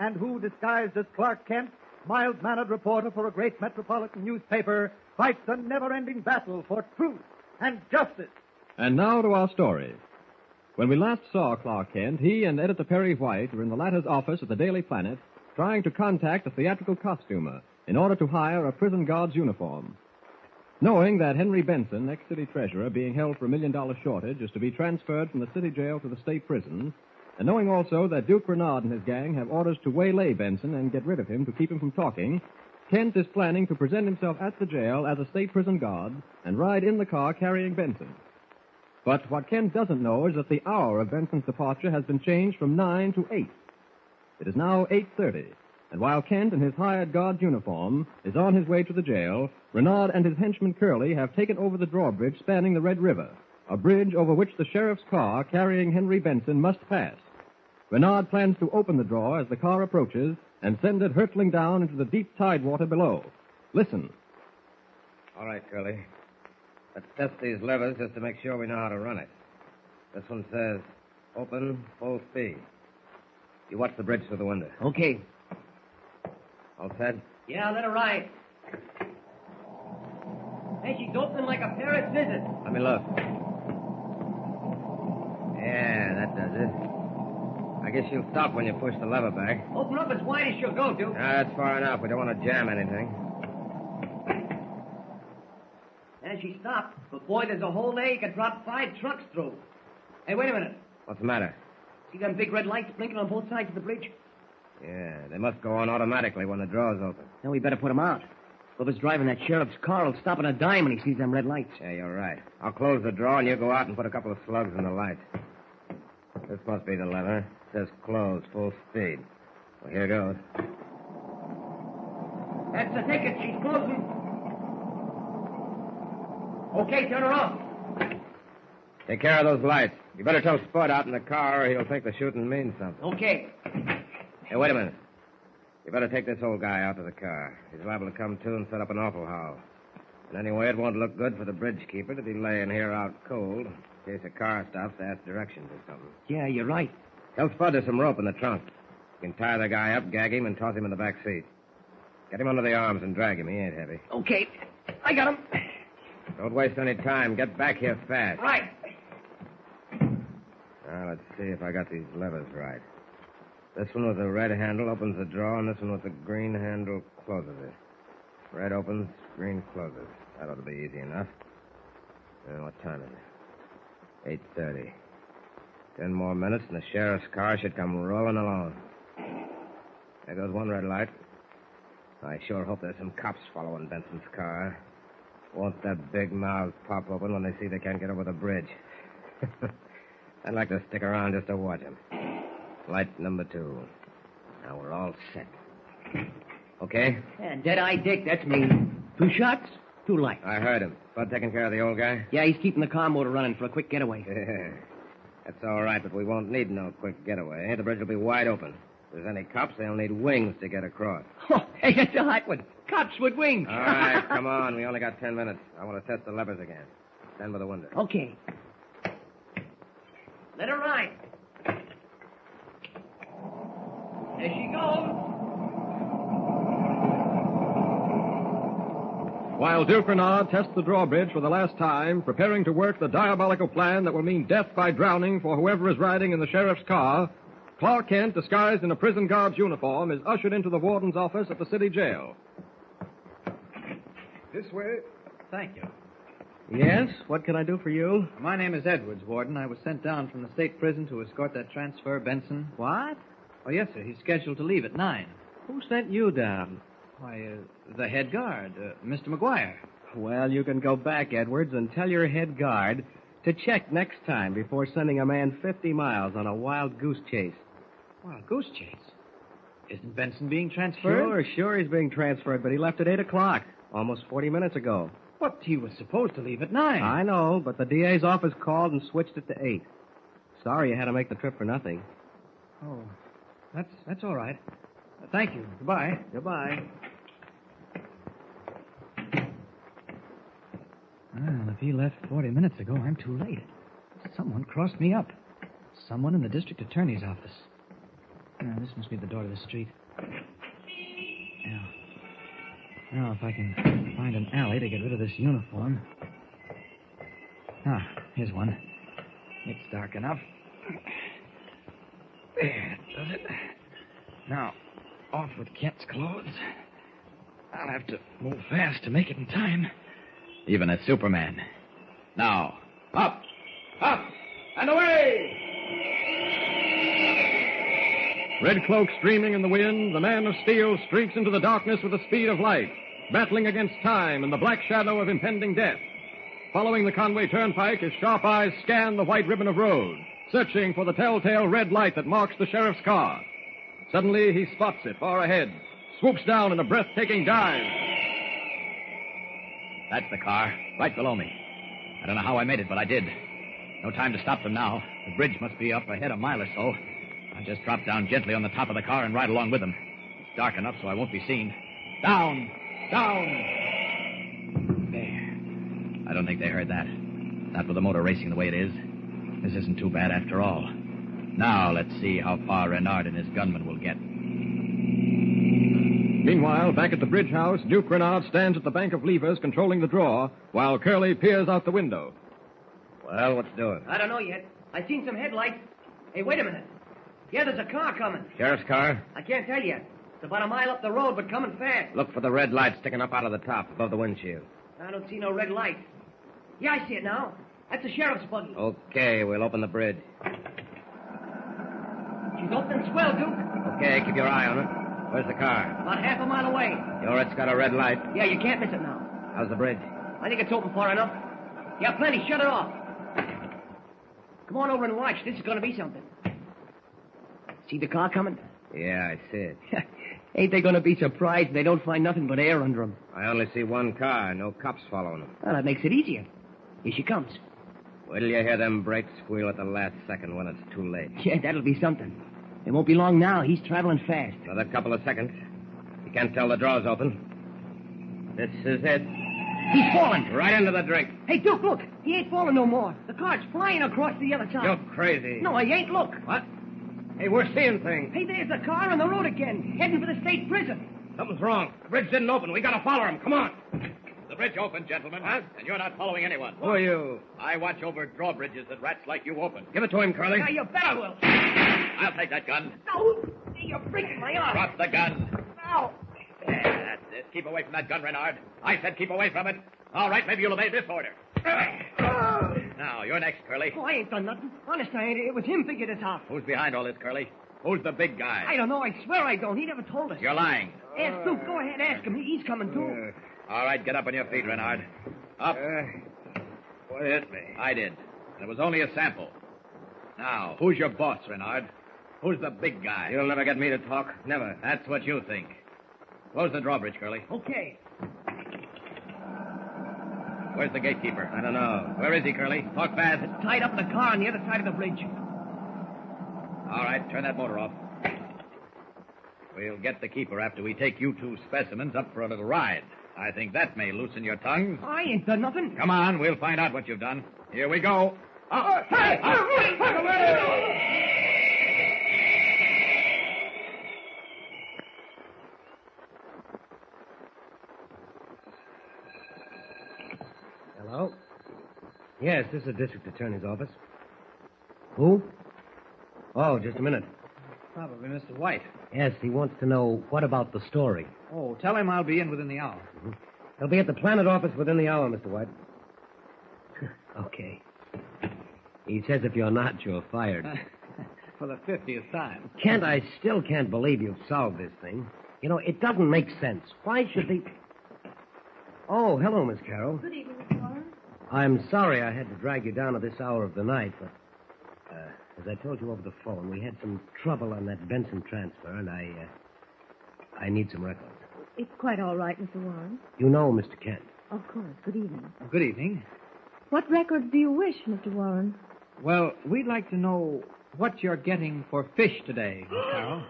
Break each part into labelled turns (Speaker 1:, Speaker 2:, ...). Speaker 1: and who, disguised as Clark Kent, mild-mannered reporter for a great metropolitan newspaper, fights a never-ending battle for truth and justice.
Speaker 2: And now to our story. When we last saw Clark Kent, he and Editor Perry White were in the latter's office at the Daily Planet trying to contact a theatrical costumer in order to hire a prison guard's uniform. Knowing that Henry Benson, ex city treasurer, being held for a million dollar shortage, is to be transferred from the city jail to the state prison, and knowing also that Duke Renard and his gang have orders to waylay Benson and get rid of him to keep him from talking, Kent is planning to present himself at the jail as a state prison guard and ride in the car carrying Benson. But what Ken doesn't know is that the hour of Benson's departure has been changed from 9 to 8. It is now 8.30, and while Kent in his hired guard's uniform is on his way to the jail, Renard and his henchman Curly have taken over the drawbridge spanning the Red River, a bridge over which the sheriff's car carrying Henry Benson must pass. Renard plans to open the drawer as the car approaches and send it hurtling down into the deep tidewater below. Listen.
Speaker 3: All right, Curly. Let's test these levers just to make sure we know how to run it. This one says open full speed. You watch the bridge through the window.
Speaker 4: Okay.
Speaker 3: All set?
Speaker 4: Yeah, let her ride. Hey, she's open like a pair of scissors.
Speaker 3: Let me look. Yeah, that does it. I guess she'll stop when you push the lever back.
Speaker 4: Open up as wide as she'll go, Duke.
Speaker 3: Ah, that's far enough. We don't want to jam anything.
Speaker 4: And she stopped. But boy, there's a hole there you could drop five trucks through. Hey, wait a minute.
Speaker 3: What's the matter?
Speaker 4: See them big red lights blinking on both sides of the bridge?
Speaker 3: Yeah, they must go on automatically when the drawer's open.
Speaker 4: Now we better put them out. Whoever's driving that sheriff's car will stop on a dime when he sees them red lights.
Speaker 3: Yeah, you're right. I'll close the drawer and you go out and put a couple of slugs in the light. This must be the lever. It says close, full speed. Well, here goes.
Speaker 4: That's the ticket. She's closing. Okay, turn her off.
Speaker 3: Take care of those lights. You better tell Spud out in the car or he'll think the shooting means something.
Speaker 4: Okay.
Speaker 3: Hey, wait a minute. You better take this old guy out to the car. He's liable to come to and set up an awful howl. And anyway, it won't look good for the bridge keeper to be laying here out cold in case a car stops to ask directions or something.
Speaker 4: Yeah, you're right.
Speaker 3: Tell Spud there's some rope in the trunk. You can tie the guy up, gag him, and toss him in the back seat. Get him under the arms and drag him. He ain't heavy.
Speaker 4: Okay. I got him.
Speaker 3: Don't waste any time. Get back here fast.
Speaker 4: Right.
Speaker 3: Now, let's see if I got these levers right. This one with a red handle opens the drawer, and this one with a green handle closes it. Red opens, green closes. That ought to be easy enough. Uh, what time is it? Eight thirty. Ten more minutes, and the sheriff's car should come rolling along. There goes one red light. I sure hope there's some cops following Benson's car. Won't their big mouths pop open when they see they can't get over the bridge? I'd like to stick around just to watch 'em. Light number two. Now we're all set. Okay?
Speaker 4: Yeah, Dead-Eye Dick, that's me. Two shots, two lights.
Speaker 3: I heard him. Bud taking care of the old guy?
Speaker 4: Yeah, he's keeping the car motor running for a quick getaway.
Speaker 3: Yeah. That's all right, but we won't need no quick getaway. The bridge will be wide open. If there's any cops, they'll need wings to get across.
Speaker 4: Oh, hey, that's a hot one. Cops with wings.
Speaker 3: All right, come on. We only got ten minutes. I want to test the levers again. Stand by the window.
Speaker 4: Okay. Let her ride. There she goes.
Speaker 2: While Duke Renard tests the drawbridge for the last time, preparing to work the diabolical plan that will mean death by drowning for whoever is riding in the sheriff's car, Clark Kent, disguised in a prison guard's uniform, is ushered into the warden's office at the city jail.
Speaker 5: This way. Thank you.
Speaker 6: Yes? What can I do for you?
Speaker 5: My name is Edwards, Warden. I was sent down from the state prison to escort that transfer, Benson.
Speaker 6: What?
Speaker 5: Oh, yes, sir. He's scheduled to leave at 9.
Speaker 6: Who sent you down?
Speaker 5: Why, uh, the head guard, uh, Mr. McGuire.
Speaker 6: Well, you can go back, Edwards, and tell your head guard to check next time before sending a man 50 miles on a wild goose chase.
Speaker 5: Well, goose chase. Isn't Benson being transferred?
Speaker 6: Sure, sure he's being transferred, but he left at 8 o'clock, almost 40 minutes ago.
Speaker 5: What, he was supposed to leave at 9.
Speaker 6: I know, but the DA's office called and switched it to 8. Sorry you had to make the trip for nothing.
Speaker 5: Oh, that's, that's all right. Uh, thank you. Goodbye.
Speaker 6: Goodbye.
Speaker 5: Well, if he left 40 minutes ago, I'm too late. Someone crossed me up. Someone in the district attorney's office. Now, this must be the door to the street. Now, now if I can find an alley to get rid of this uniform. Ah, here's one. It's dark enough. There, does it. Now, off with Kent's clothes. I'll have to move fast to make it in time even as Superman. Now, up, up, and away!
Speaker 2: Red cloak streaming in the wind, the man of steel streaks into the darkness with the speed of light, battling against time and the black shadow of impending death. Following the Conway Turnpike, his sharp eyes scan the white ribbon of road, searching for the telltale red light that marks the sheriff's car. Suddenly, he spots it far ahead, swoops down in a breathtaking dive.
Speaker 7: That's the car, right below me. I don't know how I made it, but I did. No time to stop them now. The bridge must be up ahead a mile or so. I'll just drop down gently on the top of the car and ride along with them. It's dark enough so I won't be seen. Down! Down! There. I don't think they heard that. Not with the motor racing the way it is. This isn't too bad after all. Now let's see how far Renard and his gunmen will get.
Speaker 2: Meanwhile, back at the bridge house, Duke Renard stands at the bank of levers controlling the drawer while Curly peers out the window.
Speaker 3: Well, what's doing?
Speaker 4: I don't know yet. I seen some headlights. Hey, wait a minute. Yeah, there's a car coming.
Speaker 3: Sheriff's car?
Speaker 4: I can't tell you. It's about a mile up the road, but coming fast.
Speaker 3: Look for the red light sticking up out of the top above the windshield.
Speaker 4: I don't see no red light. Yeah, I see it now. That's the sheriff's buggy.
Speaker 3: Okay, we'll open the bridge.
Speaker 4: She's opening swell, Duke.
Speaker 3: Okay, keep your eye on it. Where's the car?
Speaker 4: About half a mile away.
Speaker 3: Your it's got a red light.
Speaker 4: Yeah, you can't miss it now.
Speaker 3: How's the bridge?
Speaker 4: I think it's open far enough. Yeah, plenty. Shut it off. Come on over and watch. This is going to be something. See the car coming?
Speaker 3: Yeah, I see it.
Speaker 4: Ain't they going to be surprised they don't find nothing but air under 'em?
Speaker 3: I only see one car. No cops following 'em.
Speaker 4: Well, that makes it easier. Here she comes.
Speaker 3: Wait till you hear them brakes squeal at the last second when it's too late.
Speaker 4: Yeah, that'll be something. It won't be long now. He's traveling fast.
Speaker 3: Another couple of seconds. You can't tell the draw's open. This is it.
Speaker 4: He's falling.
Speaker 3: Right into the drink.
Speaker 4: Hey, Duke, look. He ain't falling no more. The car's flying across the other side.
Speaker 3: You're crazy.
Speaker 4: No, he ain't. Look.
Speaker 3: What? Hey, we're seeing things.
Speaker 4: Hey, there's the car on the road again, heading for the state prison.
Speaker 3: Something's wrong. The bridge didn't open. We gotta follow him. Come on.
Speaker 7: The bridge open, gentlemen. Huh? And you're not following anyone.
Speaker 3: Who are you?
Speaker 7: I watch over drawbridges that rats like you open.
Speaker 3: Give it to him, Curly.
Speaker 4: Yeah, you bet I will.
Speaker 7: I'll take that gun.
Speaker 4: No! You're breaking my arm.
Speaker 7: Drop the gun.
Speaker 4: Ow!
Speaker 7: There, that's it. Keep away from that gun, Renard. I said keep away from it. All right, maybe you'll obey this order. now, you're next, Curly.
Speaker 4: Oh, I ain't done nothing. Honest, I ain't. It was him figured this out.
Speaker 7: Who's behind all this, Curly? Who's the big guy?
Speaker 4: I don't know. I swear I don't. He never told us.
Speaker 7: You're lying.
Speaker 4: Ask Duke. Go ahead, ask him. He's coming too.
Speaker 7: All right, get up on your feet, Renard. Up.
Speaker 3: Uh, what hit me?
Speaker 7: I did. And it was only a sample. Now, who's your boss, Renard? Who's the big guy?
Speaker 3: You'll never get me to talk. Never.
Speaker 7: That's what you think. Close the drawbridge, Curly.
Speaker 4: Okay.
Speaker 7: Where's the gatekeeper?
Speaker 3: I don't know.
Speaker 7: Where is he, Curly? Talk fast.
Speaker 4: It's tied up in the car on the other side of the bridge.
Speaker 7: All right, turn that motor off. We'll get the keeper after we take you two specimens up for a little ride. I think that may loosen your tongues.
Speaker 4: I ain't done nothing.
Speaker 7: Come on, we'll find out what you've done. Here we go. Oh, Up.
Speaker 4: Hey!
Speaker 7: Up.
Speaker 3: Hello? Yes, this is the district attorney's office. Who? Oh, just a minute.
Speaker 7: Probably Mr. White.
Speaker 3: Yes, he wants to know what about the story. Mm-hmm.
Speaker 7: Oh, tell him I'll be in within the hour.
Speaker 3: He'll be at the planet office within the hour, Mr. White. okay. He says if you're not, you're fired.
Speaker 7: For the 50th time.
Speaker 3: Kent, I still can't believe you've solved this thing. You know, it doesn't make sense. Why should they. Oh, hello, Miss Carroll.
Speaker 8: Good evening, Mr. Lawrence.
Speaker 3: I'm sorry I had to drag you down at this hour of the night, but uh, as I told you over the phone, we had some trouble on that Benson transfer, and I uh, I need some records.
Speaker 8: It's quite all right, Mr. Lawrence.
Speaker 3: You know, Mr. Kent.
Speaker 8: Of course. Good evening.
Speaker 7: Good evening.
Speaker 8: What records do you wish, Mr. Warren?
Speaker 7: Well, we'd like to know what you're getting for fish today, Miss Carroll.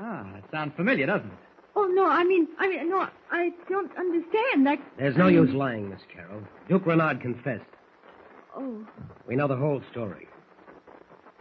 Speaker 7: ah, it sounds familiar, doesn't it?
Speaker 8: Oh no, I mean, I mean, no, I don't understand. I
Speaker 3: There's no use lying, Miss Carroll. Duke Renard confessed.
Speaker 8: Oh,
Speaker 3: We know the whole story.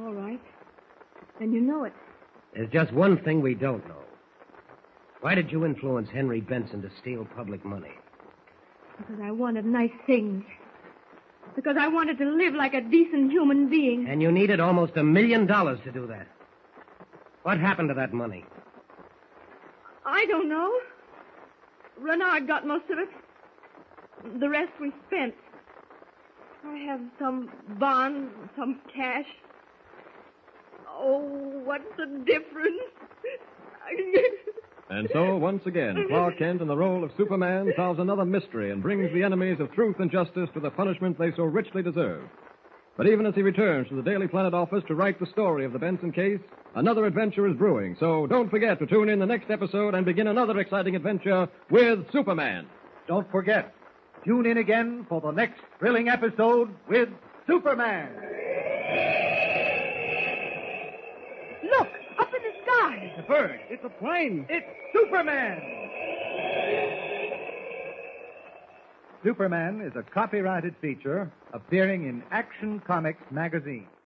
Speaker 8: all right. Then you know it.
Speaker 3: There's just one thing we don't know. Why did you influence Henry Benson to steal public money?
Speaker 8: Because I wanted nice things. Because I wanted to live like a decent human being.
Speaker 3: And you needed almost a million dollars to do that. What happened to that money?
Speaker 8: I don't know. Renard got most of it. The rest we spent. I have some bond, some cash. Oh, what's the difference?
Speaker 2: And so, once again, Clark Kent, in the role of Superman, solves another mystery and brings the enemies of truth and justice to the punishment they so richly deserve. But even as he returns to the Daily Planet office to write the story of the Benson case, another adventure is brewing. So don't forget to tune in the next episode and begin another exciting adventure with Superman.
Speaker 9: Don't forget, tune in again for the next thrilling episode with Superman.
Speaker 8: Look, up in the sky.
Speaker 7: It's a bird. It's a plane.
Speaker 9: It's Superman! Superman is a copyrighted feature appearing in Action Comics magazine.